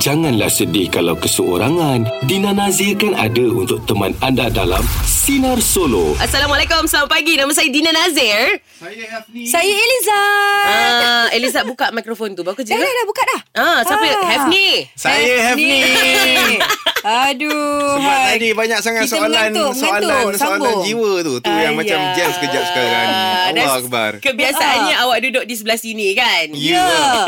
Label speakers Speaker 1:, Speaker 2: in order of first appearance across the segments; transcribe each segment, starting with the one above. Speaker 1: Janganlah sedih kalau keseorangan. Dina Nazir kan ada untuk teman anda dalam Sinar Solo.
Speaker 2: Assalamualaikum, selamat pagi. Nama saya Dina Nazir.
Speaker 3: Saya Eliza.
Speaker 2: Ah, Eliza buka mikrofon tu. Bagus
Speaker 3: Dah,
Speaker 2: juga.
Speaker 3: dah, dah buka dah.
Speaker 2: Ah, siapa?
Speaker 3: Ah.
Speaker 2: Hefni.
Speaker 4: Saya Hafni.
Speaker 3: Aduh.
Speaker 4: Sebab
Speaker 3: hai.
Speaker 4: tadi banyak sangat
Speaker 3: Kita
Speaker 4: soalan
Speaker 3: mengantuk,
Speaker 4: soalan
Speaker 3: mengantuk.
Speaker 4: soalan
Speaker 3: Sambung. Ah, ya.
Speaker 4: jiwa tu. Tu yang
Speaker 2: Ayah.
Speaker 4: macam jam sekejap sekarang ni.
Speaker 2: Ya. Ah, dah
Speaker 4: Allah
Speaker 2: s-
Speaker 4: akbar.
Speaker 2: Kebiasaannya awak duduk di sebelah sini kan?
Speaker 4: Ya.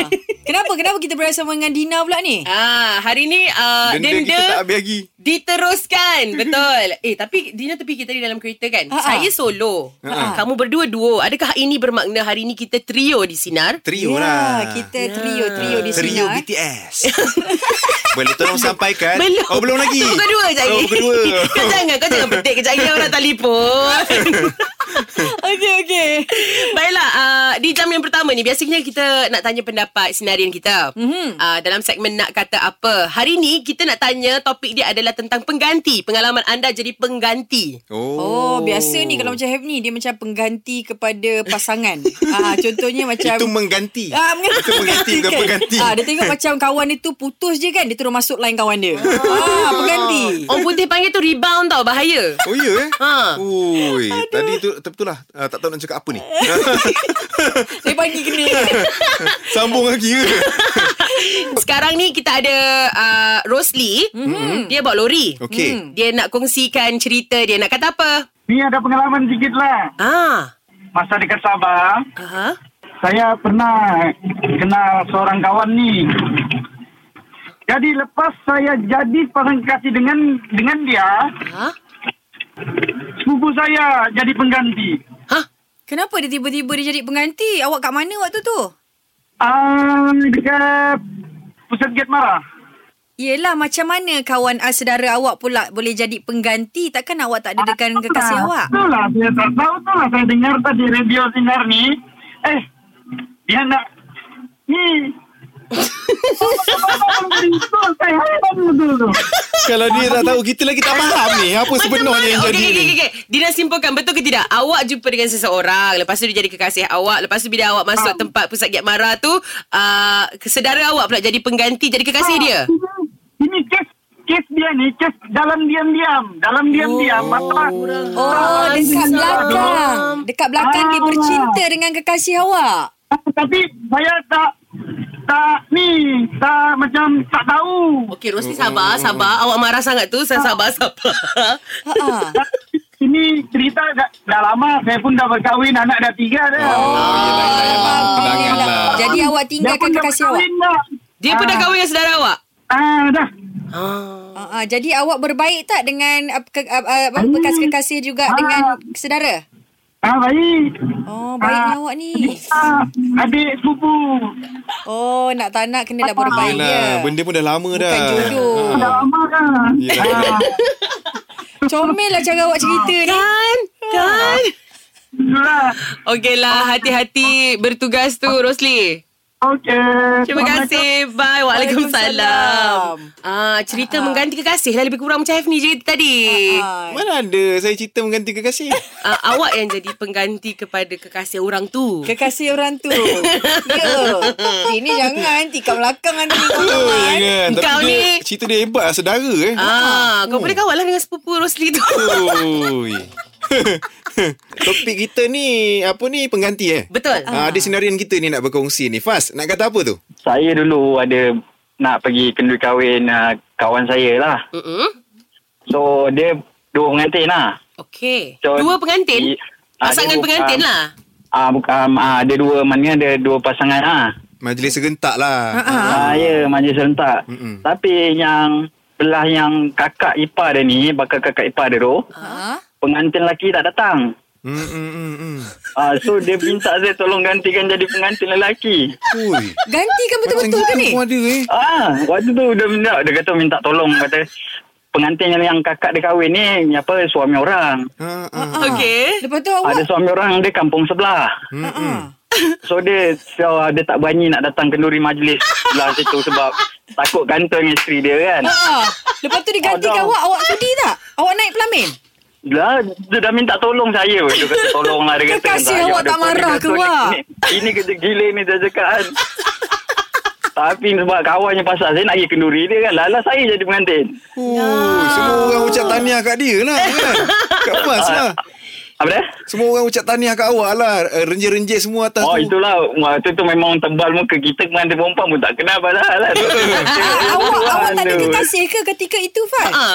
Speaker 3: Ya. Kenapa? Kenapa kita bersama dengan Dina pula ni?
Speaker 2: Ah, hari ni uh,
Speaker 4: Denda kita tak
Speaker 2: denda
Speaker 4: habis lagi.
Speaker 2: diteruskan. Betul. Eh, tapi Dina tepi kita di dalam kereta kan?
Speaker 3: Ah, ah.
Speaker 2: Saya solo.
Speaker 4: Ah, ah.
Speaker 2: Kamu berdua duo. Adakah ini bermakna hari ni kita trio di Sinar?
Speaker 4: Trio
Speaker 3: Ya,
Speaker 4: lah.
Speaker 3: Kita trio, trio di sini. eh.
Speaker 4: Trio BTS. Boleh tolong sampaikan?
Speaker 2: Belum.
Speaker 4: Oh, belum lagi.
Speaker 2: Kau kedua je lagi.
Speaker 4: Oh, kedua.
Speaker 3: Kan
Speaker 2: kau jangan, kau jangan petik kejap lagi orang telefon.
Speaker 3: Okey, okey.
Speaker 2: Baiklah, uh, di jam yang pertama ni biasanya kita nak tanya pendapat sinarian kita. Mm-hmm. Uh, dalam segmen nak kata apa. Hari ni kita nak tanya topik dia adalah tentang pengganti. Pengalaman anda jadi pengganti.
Speaker 3: Oh, biasa ni kalau macam Hefni, dia macam pengganti kepada pasangan. ah, contohnya macam...
Speaker 4: itu mengganti.
Speaker 3: Ah, mengganti.
Speaker 4: Itu mengganti bukan pengganti.
Speaker 3: Ah, dia tengok macam kawan dia tu putus je kan, dia terus masuk line kawan dia. ah, pengganti.
Speaker 2: Orang putih panggil tu rebound tau, bahaya.
Speaker 4: Oh ya eh?
Speaker 2: Ha.
Speaker 4: Ui, tadi tu betul lah. Ah, tak tahu nak cakap apa ni.
Speaker 3: Dia pagi kena.
Speaker 4: Sambung lagi ya? ke?
Speaker 2: Sekarang ni kita ada uh, Rosli. Mm-hmm. Dia bawa lori. Mhm.
Speaker 4: Okey.
Speaker 2: Dia nak kongsikan cerita dia. Nak kata apa?
Speaker 5: Ni ada pengalaman sikit lah.
Speaker 2: Ah.
Speaker 5: Masa dekat Sabah,
Speaker 2: Aha.
Speaker 5: saya pernah kenal seorang kawan ni. Jadi lepas saya jadi pengganti dengan dengan dia,
Speaker 2: Aha.
Speaker 5: sepupu saya jadi pengganti.
Speaker 2: Hah?
Speaker 3: Kenapa dia tiba-tiba dia jadi pengganti? Awak kat mana waktu tu?
Speaker 5: Ah, dekat pusat Gate Mara.
Speaker 3: Yelah macam mana kawan uh, saudara awak pula boleh jadi pengganti takkan awak tak ada dengan kekasih
Speaker 5: Ah.
Speaker 3: awak?
Speaker 5: Itulah, saya tak tahu tu lah. Saya dengar tadi radio sinar ni. Eh, dia nak... Ni... Betul, saya heran betul tu.
Speaker 4: Kalau dia tak tahu, kita lagi tak faham ni. Apa sebenarnya yang jadi
Speaker 2: okay,
Speaker 4: ni.
Speaker 2: okay, okay. Dina simpulkan Betul ke tidak Awak jumpa dengan seseorang Lepas tu dia jadi kekasih awak Lepas tu bila awak masuk tempat Pusat Giat Mara tu uh, Sedara awak pula jadi pengganti Jadi kekasih dia
Speaker 5: Ini kes kes dia ni kes dalam diam-diam, dalam diam-diam. Masalah.
Speaker 3: Oh
Speaker 2: Azizah.
Speaker 3: dekat belakang. Dekat belakang dia
Speaker 5: Ah.
Speaker 3: bercinta dengan kekasih awak.
Speaker 5: Tapi saya tak tak ni, tak macam tak tahu.
Speaker 2: Okey Rosli sabar Sabar Awak marah sangat tu Saya sabar sabar
Speaker 3: Ha ah.
Speaker 5: Ini cerita dah, dah lama saya pun dah berkahwin, anak dah tiga dah.
Speaker 4: Oh, yelah, yelah, yelah. Tenangkanlah.
Speaker 3: Alhamdulillah. Jadi awak
Speaker 5: Dia
Speaker 3: tinggalkan
Speaker 5: pun dah
Speaker 3: kekasih awak.
Speaker 5: berkahwin dah.
Speaker 2: Dia pun dah kahwin dengan saudara awak
Speaker 5: Ah, dah.
Speaker 2: ah.
Speaker 3: Ha ah. jadi awak berbaik tak dengan uh, ke, uh, uh, apa, bekas kekasih juga
Speaker 5: Hmm. Ah.
Speaker 3: dengan saudara?
Speaker 5: Ah, baik.
Speaker 3: Oh baiknya awak ni.
Speaker 5: Ah, adik sepupu.
Speaker 3: Oh nak tak nak
Speaker 5: Ah.
Speaker 3: kenalah berbaik
Speaker 4: Yelah,
Speaker 3: ya.
Speaker 4: benda pun dah lama dah.
Speaker 3: Bukan jodoh.
Speaker 5: Dah lama dah.
Speaker 3: Ya.
Speaker 4: Yelah.
Speaker 5: Ah,
Speaker 3: Comel lah cara awak cerita ni.
Speaker 2: Kan Kan
Speaker 5: itulah.
Speaker 2: Okey lah Hati-hati Bertugas tu Rosli
Speaker 5: Okey.
Speaker 2: Terima kasih Bye Waalaikumsalam
Speaker 3: Waalaikumsalam.
Speaker 2: ah, Cerita mengganti kekasih lah Lebih kurang macam Hafni je tadi
Speaker 3: Ah.
Speaker 4: Mana ada saya cerita mengganti kekasih.
Speaker 2: uh, awak yang jadi pengganti kepada kekasih orang tu.
Speaker 3: Kekasih orang tu Ya Ini jangan Tikam belakang nanti
Speaker 4: Oh, kan? Tapi
Speaker 2: Kau
Speaker 4: dia,
Speaker 2: ni-
Speaker 4: Cerita dia hebat lah, saudara eh.
Speaker 2: Ah, kau boleh kawan lah dengan sepupu Rosli tu.
Speaker 4: Oi. Topik kita ni Apa ni Pengganti eh
Speaker 2: Betul.
Speaker 4: Ah, Ada sinarian kita ni Nak berkongsi ni Fas nak kata apa tu
Speaker 5: Saya dulu ada nak pergi kenduri kahwin uh, kawan saya lah.
Speaker 2: Mm-mm.
Speaker 5: So dia dua pengantin lah.
Speaker 2: Okey.
Speaker 5: So,
Speaker 2: Dua pengantin?
Speaker 5: i- ah,
Speaker 2: Pasangan
Speaker 5: dia-
Speaker 2: pengantin
Speaker 5: ah.
Speaker 2: lah.
Speaker 5: Ah bukan ah, ada dua mana ada dua pasangan ah.
Speaker 4: Majlis serentak lah
Speaker 5: Ah ya majlis serentak.
Speaker 4: Mm-mm.
Speaker 5: Tapi yang belah yang kakak ipar dia ni, bakal kakak ipar dia tu,
Speaker 3: ha?
Speaker 5: pengantin lelaki tak datang.
Speaker 4: Hmm, hmm, hmm, hmm.
Speaker 5: Ah so dia minta saya tolong gantikan jadi pengantin lelaki.
Speaker 4: Ui,
Speaker 3: Gantikan
Speaker 4: macam
Speaker 3: betul-betul ke
Speaker 4: gitu
Speaker 3: ni
Speaker 4: pun ada eh
Speaker 5: Ah, waktu tu dia minta, dia kata minta tolong kata pengantin yang, yang kakak dia kahwin ni apa suami orang.
Speaker 4: ha, ha.
Speaker 3: Ah.
Speaker 2: Okey.
Speaker 3: Lepas tu awak
Speaker 5: Ada suami orang dia kampung sebelah.
Speaker 4: Hmm, hmm.
Speaker 5: So dia so, dia tak berani nak datang kenduri majlis sebelah situ sebab takut gantung isteri dia kan.
Speaker 3: Ah, Lepas tu digantikan
Speaker 5: Ada.
Speaker 3: awak Awak sudi tak? Awak naik pelamin?
Speaker 5: Dah dia dah minta tolong saya. Dia kata tolonglah dia kata.
Speaker 3: Kekasih
Speaker 5: saya
Speaker 3: awak
Speaker 5: ada
Speaker 3: tak
Speaker 5: pun." Dia
Speaker 3: marah
Speaker 5: kata,
Speaker 3: ke, Wak?
Speaker 5: "Ni- Ini kerja gila ni jajakan. Tapi sebab kawannya pasal saya nak pergi kenduri dia kan. Lala saya jadi pengantin.
Speaker 4: Oh, semua orang ucap tahniah kat dia lah kan. Kat Mas lah.
Speaker 5: Apa dia?
Speaker 4: Semua orang ucap tahniah kat awak lah. Eh, Renjir-renjir semua atas
Speaker 5: Oh
Speaker 4: tu.
Speaker 5: itulah Waktu tu memang tebal muka Kita pengantin perempuan pun tak kenal padahal lah
Speaker 3: Ah, awak awak tak ada kekasih ke ketika itu Fat?
Speaker 2: Ha.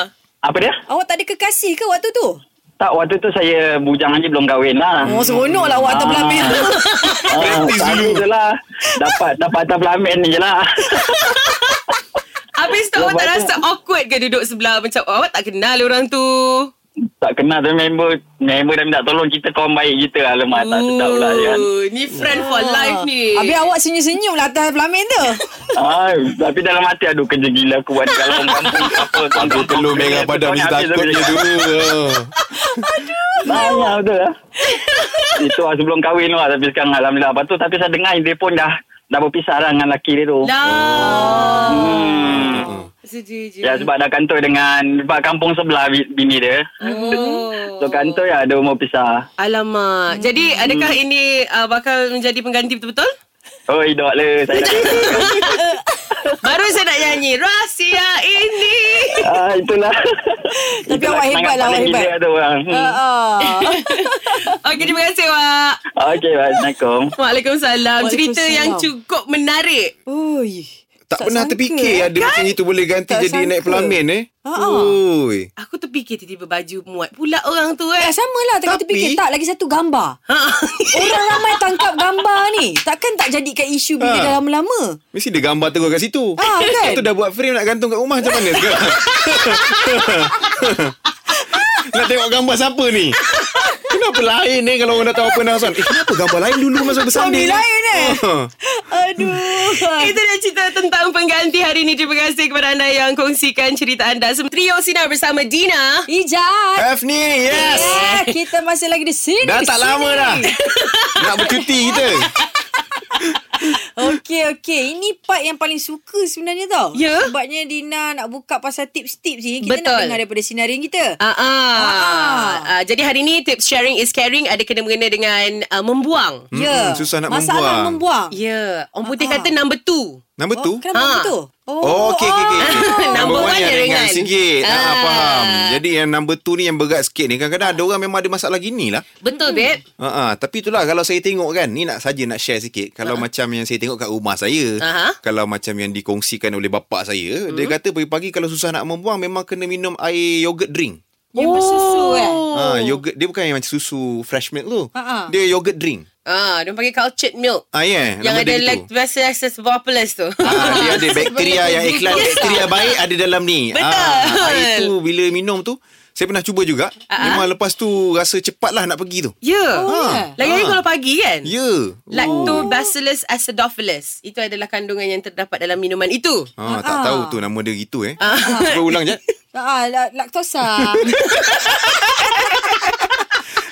Speaker 5: Apa dia?
Speaker 3: Awak tak ada kekasih ke waktu tu?
Speaker 5: Tak waktu tu saya Bujang aja belum kahwin lah
Speaker 3: Oh seronok lah awak atas
Speaker 5: Ah.
Speaker 3: belah meja.
Speaker 5: Ah,
Speaker 4: Gratis
Speaker 5: tapi
Speaker 4: dulu.
Speaker 5: je lah Dapat Dapat atas pelamin je lah
Speaker 2: Habis tu awak tak
Speaker 5: Lepas tu-
Speaker 2: rasa awkward ke duduk sebelah macam "Oh, awak tak kenal orang tu?
Speaker 5: Tak kenal tu member Member dah minta tolong Kita kawan baik kita lah Lemak
Speaker 2: Oh.
Speaker 5: tak sedap lah ya kan
Speaker 2: Ooh, Ni friend for life ni.
Speaker 3: Habis awak senyum-senyum lah atas pelamin tu.
Speaker 5: ah, Tapi dalam hati Aduh kerja gila aku buat Kalau orang kampung Apa
Speaker 4: Ambil telur merah padam ni takutnya dulu. Ah.
Speaker 5: Banyak betul lah Itu lah sebelum kahwin lah Tapi sekarang Alhamdulillah Lepas tu tapi saya dengar Dia pun dah Dah berpisah lah dengan lelaki dia tu
Speaker 2: Lah.
Speaker 5: Hmm.
Speaker 2: Sedih je.
Speaker 5: Oh. Ya sebab dah kantor dengan Sebab kampung sebelah bi- bini dia
Speaker 2: Oh.
Speaker 5: So kantor ya ada umur pisah
Speaker 2: Alamak. Jadi adakah ini uh, bakal menjadi pengganti betul-betul?
Speaker 5: Oh idok le Saya dah
Speaker 2: Baru saya nak nyanyi rahsia ini.
Speaker 5: ah, Itulah
Speaker 3: Tapi awak hebat lah, awak hebat.
Speaker 5: Ada orang
Speaker 3: Ha
Speaker 5: hmm.
Speaker 3: ah.
Speaker 2: Okey terima kasih Wak.
Speaker 5: Okay Assalamualaikum
Speaker 2: Waalaikumsalam. Cerita
Speaker 3: Waalaikumsalam.
Speaker 2: yang cukup menarik.
Speaker 3: Ui.
Speaker 4: Tak, pernah
Speaker 3: sangka, eh.
Speaker 4: terfikir ada macam itu boleh ganti
Speaker 3: Tak
Speaker 4: jadi
Speaker 3: sangka.
Speaker 4: naik pelamin eh.
Speaker 3: Ah, ah.
Speaker 4: Oi.
Speaker 2: Aku terfikir tiba-tiba baju muat pula orang tu eh.
Speaker 3: Tak sama lah tengah
Speaker 4: Tapi-
Speaker 3: terfikir Tak lagi satu gambar
Speaker 2: Ha.
Speaker 3: Orang ramai tangkap gambar ni Takkan tak jadikan isu bila
Speaker 4: Ha.
Speaker 3: dah lama-lama
Speaker 4: Mesti dia gambar terus kat situ.
Speaker 3: Ah, kan?
Speaker 4: Lepas tu dah buat frame nak gantung kat rumah macam mana sekarang? nak tengok gambar siapa ni? Kenapa lain ni kalau orang dah tahu apa nak Eh, kenapa gambar lain dulu masa
Speaker 3: Suami
Speaker 4: bersanding?
Speaker 3: lain, eh?
Speaker 4: Ah.
Speaker 3: Aduh
Speaker 2: Itu dia cerita tentang pengganti hari ini. Terima kasih kepada anda yang kongsikan cerita anda. Sem- Trio Sinar bersama Dina.
Speaker 3: Ijat
Speaker 4: F ni, yes.
Speaker 3: Eh, kita masih lagi di sini.
Speaker 4: Dah
Speaker 3: di Eh,
Speaker 4: tak
Speaker 3: sini.
Speaker 4: lama dah. Nak bercuti kita.
Speaker 3: Okey, okey. Ini part yang paling suka sebenarnya tau.
Speaker 2: Ya?
Speaker 3: Sebabnya Dina nak buka pasal tips-tips ni. Kita nak
Speaker 2: Betul.
Speaker 3: dengar daripada sinarin kita.
Speaker 2: Ah, ah.
Speaker 3: Ah.
Speaker 2: Ah, jadi hari ni tips sharing is caring ada kena-mengena dengan uh, membuang.
Speaker 3: ya.
Speaker 4: Mm-mm, susah nak
Speaker 3: Masalah
Speaker 4: membuang.
Speaker 3: membuang.
Speaker 2: Ya, yeah. orang putih
Speaker 3: Ah, ah.
Speaker 2: kata number two.
Speaker 4: Number
Speaker 3: Oh,
Speaker 4: tu?
Speaker 3: Kenapa
Speaker 2: Ha.
Speaker 3: begitu?
Speaker 4: Oh, okey, okey, okey.
Speaker 2: ah. Number one yang ringan.
Speaker 4: sikit. Ah.
Speaker 2: Ah.
Speaker 4: faham. Jadi yang number two ni yang berat sikit ni. Kadang-kadang ada orang memang ada masalah gini lah.
Speaker 2: Betul, babe.
Speaker 4: Ha ah, tapi itulah kalau saya tengok kan ni nak saja nak share sikit. Kalau macam yang saya tengok kat rumah saya,
Speaker 2: Aha.
Speaker 4: kalau macam yang dikongsikan oleh bapak saya,
Speaker 2: Hmm.
Speaker 4: dia kata pagi-pagi kalau susah nak membuang memang kena minum air yogurt drink.
Speaker 3: Yang bersusu eh.
Speaker 2: Oh.
Speaker 4: Ha yogurt dia bukan yang macam susu fresh milk tu.
Speaker 3: Ha-ha.
Speaker 4: Dia yogurt drink.
Speaker 2: Ah, dia panggil cultured milk.
Speaker 4: Ah ya, yeah,
Speaker 2: yang
Speaker 4: nama
Speaker 2: ada
Speaker 4: dia gitu.
Speaker 2: lactobacillus bopolis tu.
Speaker 4: Ah, dia ada bakteria yang iklan bakteria baik ada dalam ni.
Speaker 2: Betul.
Speaker 4: Ah, air tu bila minum tu saya pernah cuba juga. Memang lepas tu rasa cepatlah nak pergi tu.
Speaker 2: Ya.
Speaker 4: Ha.
Speaker 2: Lagi-lagi
Speaker 4: Ah.
Speaker 2: kalau pagi kan?
Speaker 4: Ya. Yeah.
Speaker 2: Lactobacillus acidophilus. Itu adalah kandungan yang terdapat dalam minuman itu.
Speaker 4: Ha, tak tahu tu nama dia gitu eh. Cuba ulang je.
Speaker 3: Ah, la- laktosa.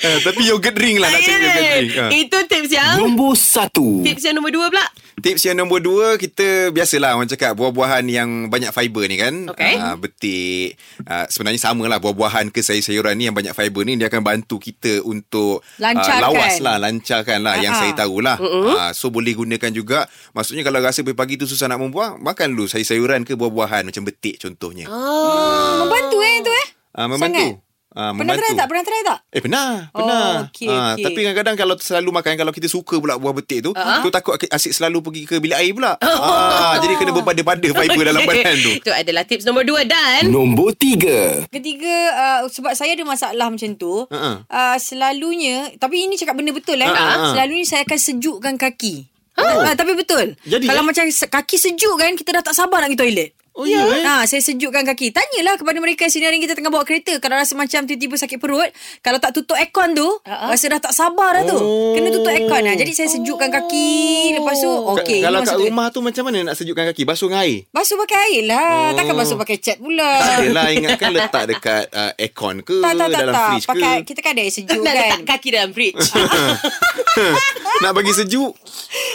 Speaker 4: Eh, tapi yogurt drink lah nak cari
Speaker 2: Okey.
Speaker 4: yogurt drink. Ha.
Speaker 2: Itu tips yang
Speaker 1: Nombor satu.
Speaker 2: tips yang nombor dua pula.
Speaker 4: Tips yang nombor dua, kita biasalah orang cakap buah-buahan yang banyak fiber ni kan.
Speaker 2: Okey.
Speaker 4: Ah, betik. Ah, sebenarnya sama lah buah-buahan ke sayur-sayuran ni yang banyak fiber ni dia akan bantu kita untuk ah,
Speaker 3: Lancarkan.
Speaker 4: lawas lah, lancarkan lah yang
Speaker 3: Ah-ah.
Speaker 4: saya tahulah. Uh-uh. so boleh gunakan juga. Maksudnya kalau rasa pagi-pagi tu susah nak membuang, makan dulu sayur-sayuran ke buah-buahan macam betik contohnya.
Speaker 3: Ah,
Speaker 2: Oh.
Speaker 3: Membantu eh tu eh.
Speaker 4: Ah, membantu. Ah,
Speaker 3: Pernah try tak? Pernah try tak?
Speaker 4: Eh pernah,
Speaker 3: Oh,
Speaker 4: pernah.
Speaker 3: okey, okey.
Speaker 4: Tapi kadang-kadang kalau selalu makan kalau kita suka pula buah betik tu, uh-huh. tu takut asyik selalu pergi ke bilik air pula.
Speaker 3: Oh.
Speaker 4: Ah, jadi kena berpada-pada fiber dalam badan kan tu.
Speaker 2: Itu adalah tips nombor dua dan
Speaker 1: Nombor tiga.
Speaker 3: Ketiga uh, sebab saya ada masalah macam tu.
Speaker 4: Ha-ha.
Speaker 3: Uh-uh. Uh, selalunya tapi ini cakap benda betul eh.
Speaker 4: Ha-ha.
Speaker 3: Uh-uh. Selalunya saya akan sejukkan kaki. Oh. Uh, tapi betul.
Speaker 4: Jadi,
Speaker 3: Kalau
Speaker 4: eh?
Speaker 3: macam se- kaki sejuk kan kita dah tak sabar nak pergi toilet.
Speaker 4: Oh, ya, eh?
Speaker 3: Ha, saya sejukkan kaki. Tanyalah kepada mereka sinarin kita tengah bawa kereta kalau rasa macam tiba-tiba sakit perut, kalau tak tutup aircon tu, uh-huh. rasa dah tak sabar dah tu.
Speaker 4: Oh. Oh.
Speaker 3: Kena tutup aircon. Ha. Jadi saya sejukkan kaki, lepas tu okey.
Speaker 4: Kalau
Speaker 3: ini
Speaker 4: kat
Speaker 3: masuk
Speaker 4: rumah tu macam mana nak sejukkan kaki? Basuh dengan air.
Speaker 3: Basuh pakai air lah. Oh. Takkan basuh pakai cat pula.
Speaker 4: Tak lah. adalah ingatkan letak dekat uh, aircon ke
Speaker 3: Uh. Tak tak tak
Speaker 4: dalam
Speaker 3: tak.
Speaker 4: fridge
Speaker 3: Pakai
Speaker 4: ke.
Speaker 3: kita kan ada air sejuk
Speaker 2: nak letak
Speaker 3: kan.
Speaker 2: kaki dalam fridge.
Speaker 4: Ah.
Speaker 2: Ah.
Speaker 4: nak bagi sejuk.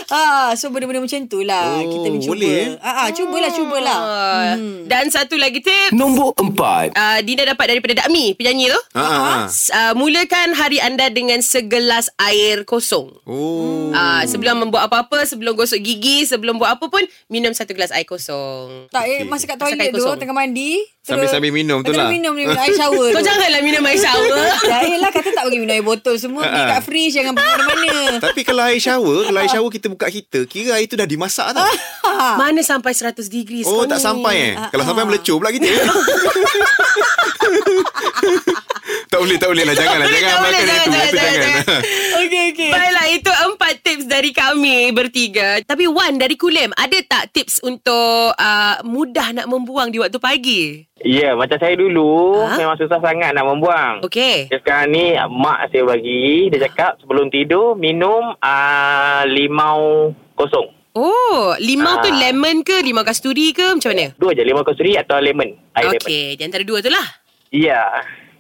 Speaker 3: Ah, so benda-benda macam tu lah
Speaker 4: Oh,
Speaker 3: kita mencuba.
Speaker 4: boleh, eh?
Speaker 3: Ah, ah, cubalah cubalah.
Speaker 2: Ah, Hmm. Dan satu lagi tip.
Speaker 1: Nombor empat.
Speaker 2: Uh, Dina dapat daripada Dakmi Penyanyi tu
Speaker 4: Ha, ha, ha.
Speaker 2: S- uh, Mulakan hari anda Dengan segelas air kosong
Speaker 3: Uh-huh.
Speaker 4: Oh.
Speaker 2: Ah, sebelum membuat apa-apa, sebelum gosok gigi, sebelum buat apa pun, minum satu gelas air kosong.
Speaker 3: Tak, eh,
Speaker 4: Okey.
Speaker 3: masa kat
Speaker 2: Masa
Speaker 3: toilet
Speaker 2: kain
Speaker 3: tu
Speaker 2: kosong.
Speaker 3: tengah mandi.
Speaker 4: Sambil-sambil minum tu
Speaker 3: Tengah
Speaker 4: lah.
Speaker 3: minum ni minum air shower
Speaker 2: Kau
Speaker 3: tu.
Speaker 2: janganlah minum air shower.
Speaker 3: Dah eh lah kata tak bagi minum air botol semua. Pergi
Speaker 4: Ha-ha.
Speaker 3: kat fridge jangan pergi mana-mana.
Speaker 4: Tapi kalau air shower, kalau air shower kita buka kita, kira air tu dah dimasak tau.
Speaker 2: Mana sampai 100 degree
Speaker 4: Oh,
Speaker 2: sekarang ni?
Speaker 4: tak
Speaker 2: Ah,
Speaker 4: sampai eh. Kalau sampai melecur pula kita. tak boleh, tak boleh lah. Janganlah.
Speaker 2: Tak boleh,
Speaker 4: Jangan
Speaker 2: tak
Speaker 4: makan
Speaker 2: boleh,
Speaker 4: itu.
Speaker 2: jangan,
Speaker 4: Itu
Speaker 2: jangan,
Speaker 4: jangan.
Speaker 3: Okey, okey.
Speaker 2: Baiklah, itu empat tips dari kami bertiga. Tapi Wan dari Kulim, ada tak tips untuk uh, mudah nak membuang di waktu pagi?
Speaker 6: Ya, macam saya dulu
Speaker 3: Ah.
Speaker 2: Ha?
Speaker 6: memang susah sangat nak membuang.
Speaker 2: Okey.
Speaker 6: Dia sekarang ni mak saya bagi, dia cakap sebelum tidur minum uh, limau kosong.
Speaker 2: Oh, limau tu
Speaker 6: Ah.
Speaker 2: lemon ke, limau kasturi ke, macam mana?
Speaker 6: Dua je limau kasturi atau lemon. Air lemon.
Speaker 2: Okey, di antara dua tu lah.
Speaker 6: Ya,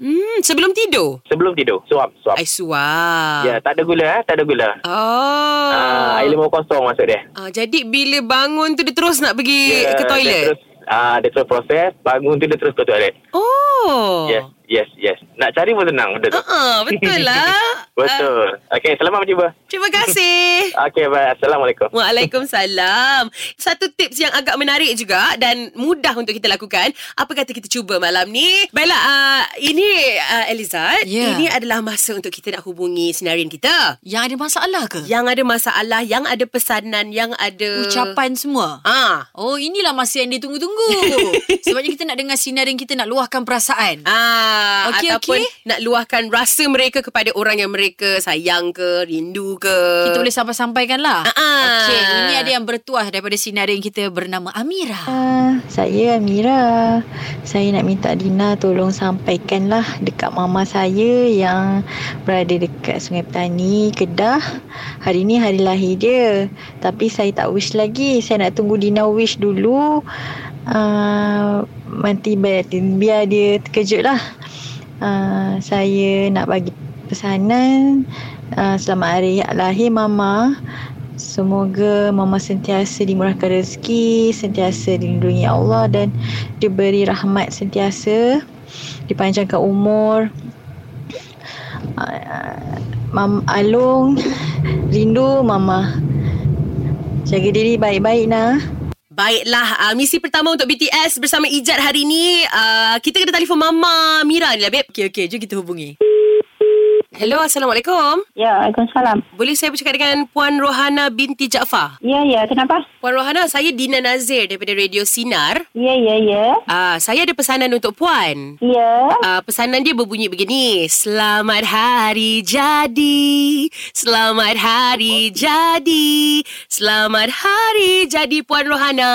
Speaker 2: Hmm, sebelum tidur.
Speaker 6: sebelum tidur suap suap.
Speaker 2: I suap.
Speaker 6: Ya, tak ada gula eh, tak ada gula.
Speaker 2: Oh.
Speaker 6: Ah, air limau kosong maksud dia.
Speaker 2: Ah, jadi bila bangun tu dia terus nak pergi
Speaker 6: Dia-
Speaker 2: yeah, ke
Speaker 6: Dia
Speaker 2: toilet.
Speaker 6: terus, ah, dia terus proses, bangun tu dia terus ke toilet.
Speaker 2: Oh.
Speaker 6: Yes, yes, yes. Nak cari pun senang benda tu.
Speaker 2: Uh-uh, betul lah. Ah,
Speaker 6: Betul. Okey, selamat mencuba.
Speaker 2: terima kasih.
Speaker 6: Okey, bye. Assalamualaikum.
Speaker 2: Waalaikumsalam. Satu tips yang agak menarik juga dan mudah untuk kita lakukan. Apa kata kita cuba malam ni? Baiklah, uh, ini uh, Elizad.
Speaker 3: Ya.
Speaker 2: Ini adalah masa untuk kita nak hubungi senarian kita.
Speaker 3: Yang ada masalah ke?
Speaker 2: Yang ada masalah, yang ada pesanan, yang ada...
Speaker 3: Ucapan semua.
Speaker 2: Ah,
Speaker 3: Oh inilah masa yang dia tunggu-tunggu Sebabnya kita nak dengar sinarin kita Nak luahkan perasaan
Speaker 2: Ah,
Speaker 3: Okey,
Speaker 2: okay, ataupun
Speaker 3: okey.
Speaker 2: okay. nak luahkan rasa mereka kepada orang yang mereka sayang ke, rindu ke.
Speaker 3: Kita boleh sampai-sampaikan lah
Speaker 2: Ah.
Speaker 3: Okey ini ada yang bertuah Daripada sinarin kita Bernama Amira
Speaker 7: Ah, saya Amira. Saya nak minta Dina tolong sampaikanlah dekat mama saya yang berada dekat Sungai Petani, Kedah. Hari ni hari lahir dia. Tapi saya tak wish lagi. Saya nak tunggu Dina wish dulu. Ah, nanti biar, biar dia terkejut lah. Ah, saya nak bagi pesanan ah, selamat hari lahir mama. Semoga Mama sentiasa dimurahkan rezeki, sentiasa dilindungi Allah dan diberi rahmat sentiasa, dipanjangkan umur. Ah, Mam Alung rindu Mama. Jaga diri baik-baik nah.
Speaker 2: Baiklah, uh, misi pertama untuk BTS bersama Ijat hari ini. Uh, kita kena telefon Mama Mira ni lah, babe.
Speaker 3: Okey okey jom kita hubungi
Speaker 2: Hello, Assalamualaikum.
Speaker 8: Ya, Waalaikumsalam.
Speaker 2: Boleh saya bercakap dengan Puan Rohana binti Jaafar?
Speaker 8: Ya, ya. Kenapa?
Speaker 2: Puan Rohana, saya Dina Nazir daripada Radio Sinar.
Speaker 8: Ya, ya, ya.
Speaker 2: Uh, saya ada pesanan untuk Puan.
Speaker 8: Ya.
Speaker 2: Uh, pesanan dia berbunyi begini Selamat hari jadi Selamat hari jadi Selamat hari jadi Puan Rohana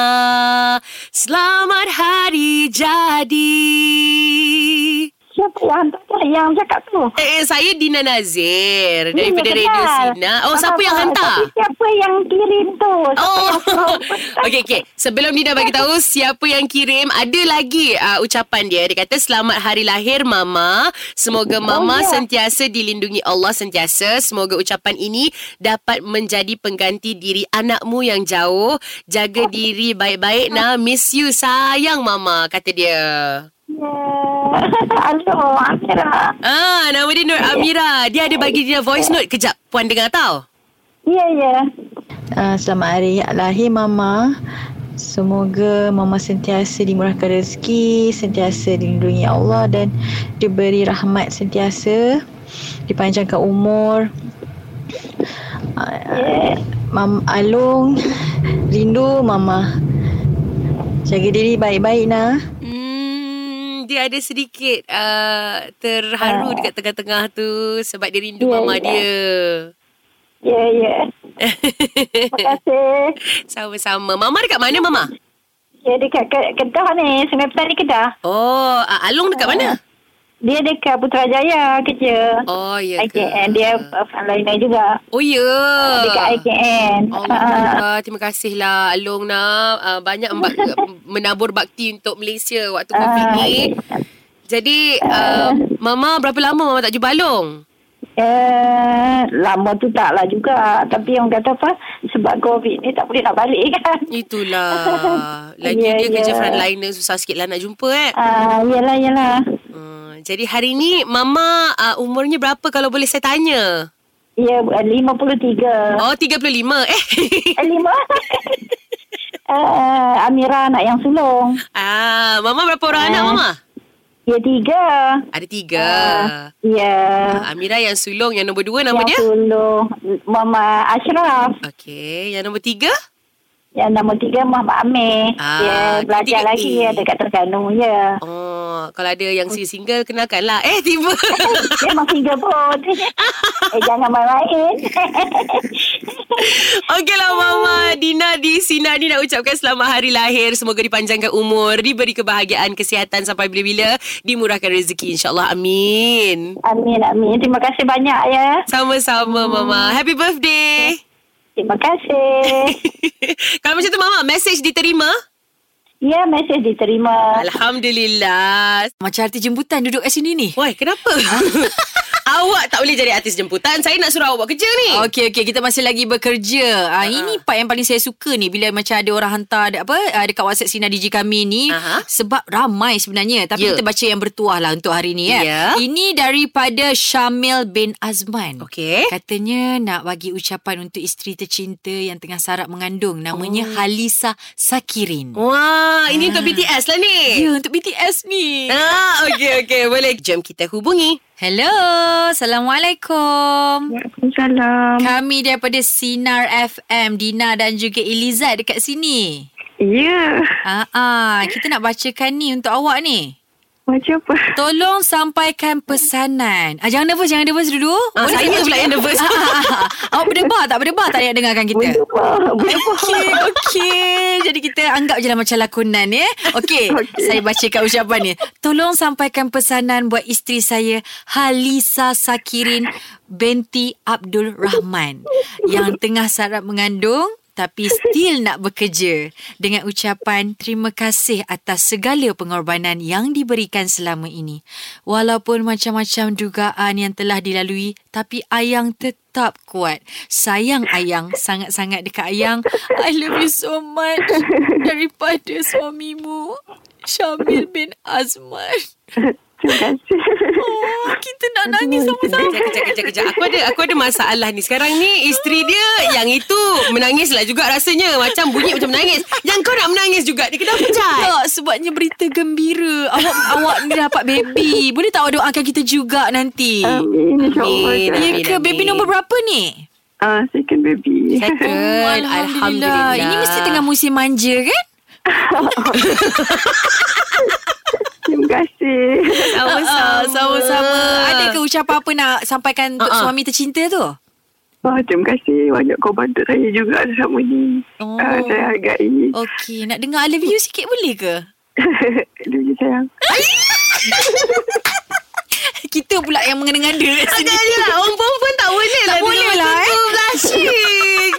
Speaker 2: Selamat hari jadi
Speaker 8: Siapa yang hantar tu- yang cakap tu?
Speaker 2: Eh, eh saya Dina Nazir
Speaker 8: Ya,
Speaker 2: Daripada
Speaker 8: ya,
Speaker 2: Radio
Speaker 8: kenal.
Speaker 2: Sina Oh, siapa yang
Speaker 8: Faham,
Speaker 2: hantar?
Speaker 8: Tapi siapa yang kirim tu? Siapa
Speaker 2: Oh,
Speaker 8: yang suruh?
Speaker 2: okey okey. Sebelum Dina bagi tahu siapa yang kirim, ada lagi uh, ucapan dia. Dia kata selamat hari lahir mama. Semoga mama oh,
Speaker 8: ya.
Speaker 2: sentiasa dilindungi Allah sentiasa. Semoga ucapan ini dapat menjadi pengganti diri anakmu yang jauh. Jaga diri baik-baik nah. Miss you sayang mama kata dia.
Speaker 8: Ya. Aduh, Amira.
Speaker 2: Ah, nama dia Nur Amira. Dia ada bagi dia voice note kejap. Puan dengar tau.
Speaker 8: Ya, ya.
Speaker 7: Ah, selamat hari lahir Mama. Semoga Mama sentiasa dimurahkan rezeki, sentiasa dilindungi Allah dan diberi rahmat sentiasa, dipanjangkan umur. Ah, Mam Alung rindu Mama. Jaga diri baik-baik nah.
Speaker 2: Hmm, dia ada sedikit uh, terharu dekat tengah-tengah tu sebab dia rindu
Speaker 8: Ah. Ya,
Speaker 2: mama
Speaker 8: ya.
Speaker 2: dia.
Speaker 8: Ya, ya.
Speaker 2: Eh.
Speaker 8: Terima kasih.
Speaker 2: Sama-sama. Mama dekat mana mama?
Speaker 8: Dia dekat Ke- Kedah ni. Sungai Petani Kedah.
Speaker 2: Oh, uh, Along dekat
Speaker 8: Ah.
Speaker 2: mana?
Speaker 8: Dia dekat Putrajaya kerja.
Speaker 2: Oh, ya ke?
Speaker 8: IKN. Dia uh, frontliner juga.
Speaker 2: Oh, ya.
Speaker 8: Ah, Dekat IKN.
Speaker 2: Oh,
Speaker 8: Ah.
Speaker 2: uh, terima kasihlah Along nak uh, banyak membak- menabur bakti untuk Malaysia waktu COVID ah,
Speaker 8: Ah,
Speaker 2: ni. Jadi, uh, mama berapa lama mama tak jumpa Along?
Speaker 8: Eh, Ya, lama tu taklah juga. Tapi orang kata apa, sebab COVID ni tak boleh nak balik kan.
Speaker 2: Itulah. Lagi yeah, dia
Speaker 8: Ya, ya.
Speaker 2: yeah. kerja frontliner susah sikit lah nak jumpa eh.
Speaker 8: Ah, yelah, yelah.
Speaker 2: Uh, jadi hari ni mama uh, umurnya berapa kalau boleh saya tanya?
Speaker 8: Ya, eh, 53.
Speaker 2: Oh 35 eh.
Speaker 8: Eh, lima. Eh, Amira anak yang sulung.
Speaker 2: ah, mama berapa orang anak mama?
Speaker 8: Ya, tiga.
Speaker 2: Ada tiga.
Speaker 8: Ya.
Speaker 2: Ah, Ya, Amira yang sulung yang nombor dua nama
Speaker 8: yang
Speaker 2: dia?
Speaker 8: sulung. Mama Ashraf.
Speaker 2: Okey, yang nombor tiga?
Speaker 8: Yang nombor tiga Muhammad Amir.
Speaker 2: Ah,
Speaker 8: ya, belajar
Speaker 2: tiga
Speaker 8: lagi
Speaker 2: A.
Speaker 8: ya dekat Terengganu ya.
Speaker 2: Oh, kalau ada yang single kenalkanlah. Eh tiba.
Speaker 8: Dia masih tiga pun. eh jangan main-main.
Speaker 2: Okeylah lah, Mama Dina di Sina ni nak ucapkan selamat hari lahir. Semoga dipanjangkan umur, diberi kebahagiaan, kesihatan sampai bila-bila, dimurahkan rezeki insyaAllah. Amin.
Speaker 8: amin amin. Terima kasih banyak ya.
Speaker 2: Sama-sama Mama. Happy birthday.
Speaker 8: Terima kasih.
Speaker 2: Kalau macam tu Mama, message diterima?
Speaker 8: ya mesej diterima.
Speaker 2: Alhamdulillah.
Speaker 3: Macam arti jemputan duduk kat sini ni.
Speaker 2: Wah, kenapa? awak tak boleh jadi artis jemputan. Saya nak suruh awak kerja ni.
Speaker 3: Okey okey kita masih lagi bekerja. Ah uh, ini part yang paling saya suka ni bila macam ada orang hantar ada apa uh, dekat WhatsApp Sina DJ kami ni
Speaker 2: Aha.
Speaker 3: sebab ramai sebenarnya tapi
Speaker 2: Ya.
Speaker 3: kita baca yang bertuah lah untuk hari ni eh.
Speaker 2: Ya.
Speaker 3: Ini daripada Syamil bin Azman.
Speaker 2: Okey.
Speaker 3: Katanya nak bagi ucapan untuk isteri tercinta yang tengah sarap mengandung namanya oh. Halisa Sakirin.
Speaker 2: Wah, ini untuk BTS lah ni.
Speaker 3: Ya untuk BTS ni.
Speaker 2: Ah, okey okey, boleh. Jom kita hubungi.
Speaker 3: Hello, Assalamualaikum.
Speaker 9: Waalaikumsalam.
Speaker 3: Kami daripada Sinar FM Dina dan juga Elizad dekat sini.
Speaker 9: Ya.
Speaker 3: Ah, ah, kita nak bacakan ni untuk awak ni.
Speaker 9: Macam apa?
Speaker 3: Tolong sampaikan pesanan. Ah, jangan nervous, jangan nervous dulu.
Speaker 2: Ah, saya pula yang nervous.
Speaker 3: Ah, ah, ah. Awak berdebar tak? Berdebar tak nak dengarkan kita? Okey, okey. Jadi kita anggap je lah macam lakonan ya. Okey, okay. saya bacakan ucapan ni. Tolong sampaikan pesanan buat isteri saya Halisa Sakirin binti Abdul Rahman yang tengah sarap mengandung tapi still nak bekerja dengan ucapan terima kasih atas segala pengorbanan yang diberikan selama ini. Walaupun macam-macam dugaan yang telah dilalui tapi Ayang tetap kuat. Sayang Ayang, sangat-sangat dekat Ayang. I love you so much daripada suamimu Syamil bin Azman.
Speaker 9: Terima kasih.
Speaker 3: Oh, kita nak nangis sama-sama.
Speaker 2: Kejap, kejap, kejap, kejap. Aku ada aku ada masalah ni. Sekarang ni isteri dia yang itu menangis lah juga rasanya. Macam bunyi macam menangis. Yang kau nak menangis juga. Dia kenapa Jai?
Speaker 3: Tak, sebabnya berita gembira. Awak awak ni dapat baby. Boleh tak awak doakan kita juga nanti?
Speaker 9: Amin. InsyaAllah.
Speaker 2: Amin.
Speaker 9: kan.
Speaker 3: Ya ke? Baby
Speaker 2: amin.
Speaker 3: nombor berapa ni?
Speaker 9: Ah, second baby.
Speaker 2: Second. Alhamdulillah.
Speaker 3: Ini mesti tengah musim manja kan?
Speaker 9: Terima kasih.
Speaker 2: sama-sama.
Speaker 3: Ah, Sama-sama. Ada ke ucapan apa nak sampaikan untuk
Speaker 2: Ah, ah.
Speaker 3: suami tercinta tu?
Speaker 9: Wah, Ah, terima kasih banyak kau bantu saya juga selama ni.
Speaker 3: Oh.
Speaker 9: Ah, saya hargai.
Speaker 3: Okey, nak dengar I love you sikit boleh ke?
Speaker 9: Dulu je sayang.
Speaker 3: Kita pula yang mengada-ngada kat sini.
Speaker 2: Jangan lah. Orang perempuan tak boleh lah.
Speaker 3: Tak boleh lah eh.
Speaker 2: Blushing.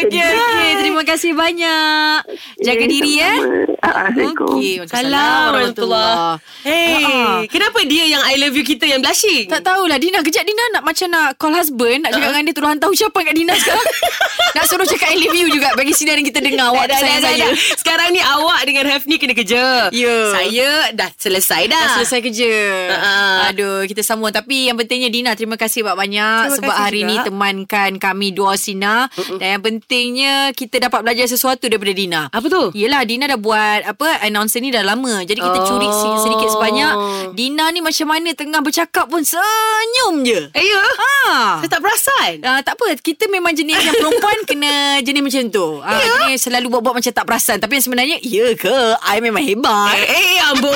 Speaker 3: Okey, okey. Terima kasih banyak. Jaga diri eh.
Speaker 9: Ah, Assalamualaikum.
Speaker 3: Okey,
Speaker 2: Salam warahmatullahi Hey,
Speaker 3: Ah, ah.
Speaker 2: kenapa dia yang I love you kita yang blushing?
Speaker 3: Tak tahulah Dina kejap Dina nak macam nak call husband Nak cakap
Speaker 2: Ha?
Speaker 3: dengan dia Terus hantar ucapan kat Dina sekarang Nak suruh cakap I love you juga Bagi sinar yang kita dengar Awak
Speaker 2: Awak dah, dah,
Speaker 3: sayang
Speaker 2: dah,
Speaker 3: saya
Speaker 2: dah. Sekarang ni awak dengan Hafni kena kerja.
Speaker 3: Ya.
Speaker 2: Saya dah selesai dah.
Speaker 3: Dah selesai kerja
Speaker 2: Ah.
Speaker 3: Aduh kita sambung Tapi yang pentingnya Dina Terima kasih banyak-banyak
Speaker 2: Terima
Speaker 3: Sebab
Speaker 2: kasih
Speaker 3: hari
Speaker 2: juga.
Speaker 3: ni Temankan kami Dua Sina Dan yang pentingnya Kita dapat belajar sesuatu Daripada Dina
Speaker 2: Apa tu?
Speaker 3: Yelah Dina dah buat Apa Announcer ni dah lama Jadi kita curi si- sedikit sebanyak
Speaker 2: Oh.
Speaker 3: Dina ni macam mana Tengah bercakap pun Senyum je
Speaker 2: Eh, ya? Ah.
Speaker 3: Ha.
Speaker 2: Saya tak perasan.
Speaker 3: Uh, tak apa Kita memang jenis yang perempuan Kena jenis macam tu uh,
Speaker 2: Ya.
Speaker 3: yeah. Jenis selalu buat-buat macam tak perasan Tapi yang sebenarnya Ya ke I memang
Speaker 2: Eh,
Speaker 3: hebat
Speaker 2: eh, ambon.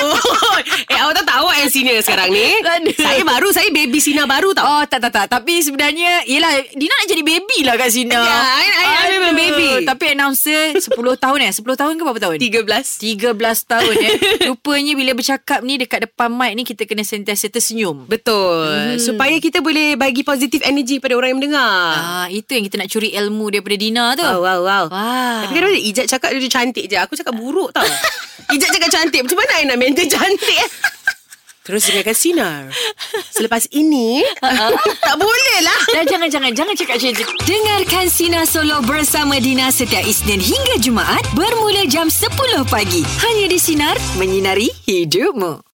Speaker 2: eh, awak tahu tak awak yang senior sekarang ni?
Speaker 3: Tak ada.
Speaker 2: Saya baru, saya baby Sina baru tau.
Speaker 3: Oh tak tak tak Tapi sebenarnya Yelah Dina nak jadi baby lah kat Sina
Speaker 2: Ya, I- I- I
Speaker 3: Aduh.
Speaker 2: memang baby.
Speaker 3: Tapi announcer 10 tahun eh 10 tahun ke berapa
Speaker 2: Oh,
Speaker 3: tahun?
Speaker 2: 13.
Speaker 3: 13 tahun eh Rupanya bila bercakap ni Dekat depan mic ni Kita kena sentiasa tersenyum
Speaker 2: Betul. Hmm. Supaya kita boleh bagi positif energi pada orang yang mendengar.
Speaker 3: Ah, Itu yang kita nak curi ilmu Daripada Dina tu
Speaker 2: Wow, wow, wow.
Speaker 3: Wah.
Speaker 2: Tapi kadang-kadang Ijat cakap dia cantik je. Aku cakap buruk tau. Ijat cakap cantik. Macam mana I nak maintain cantik? eh? Terus dengarkan Sinar. Ha, Selepas ini, tak boleh lah.
Speaker 3: Dan jangan-jangan Jangan cakap macam tu Dengarkan Sina Solo bersama Dina Setiap Isnin hingga Jumaat Bermula jam 10 pagi Hanya di Sinar Menyinari hidupmu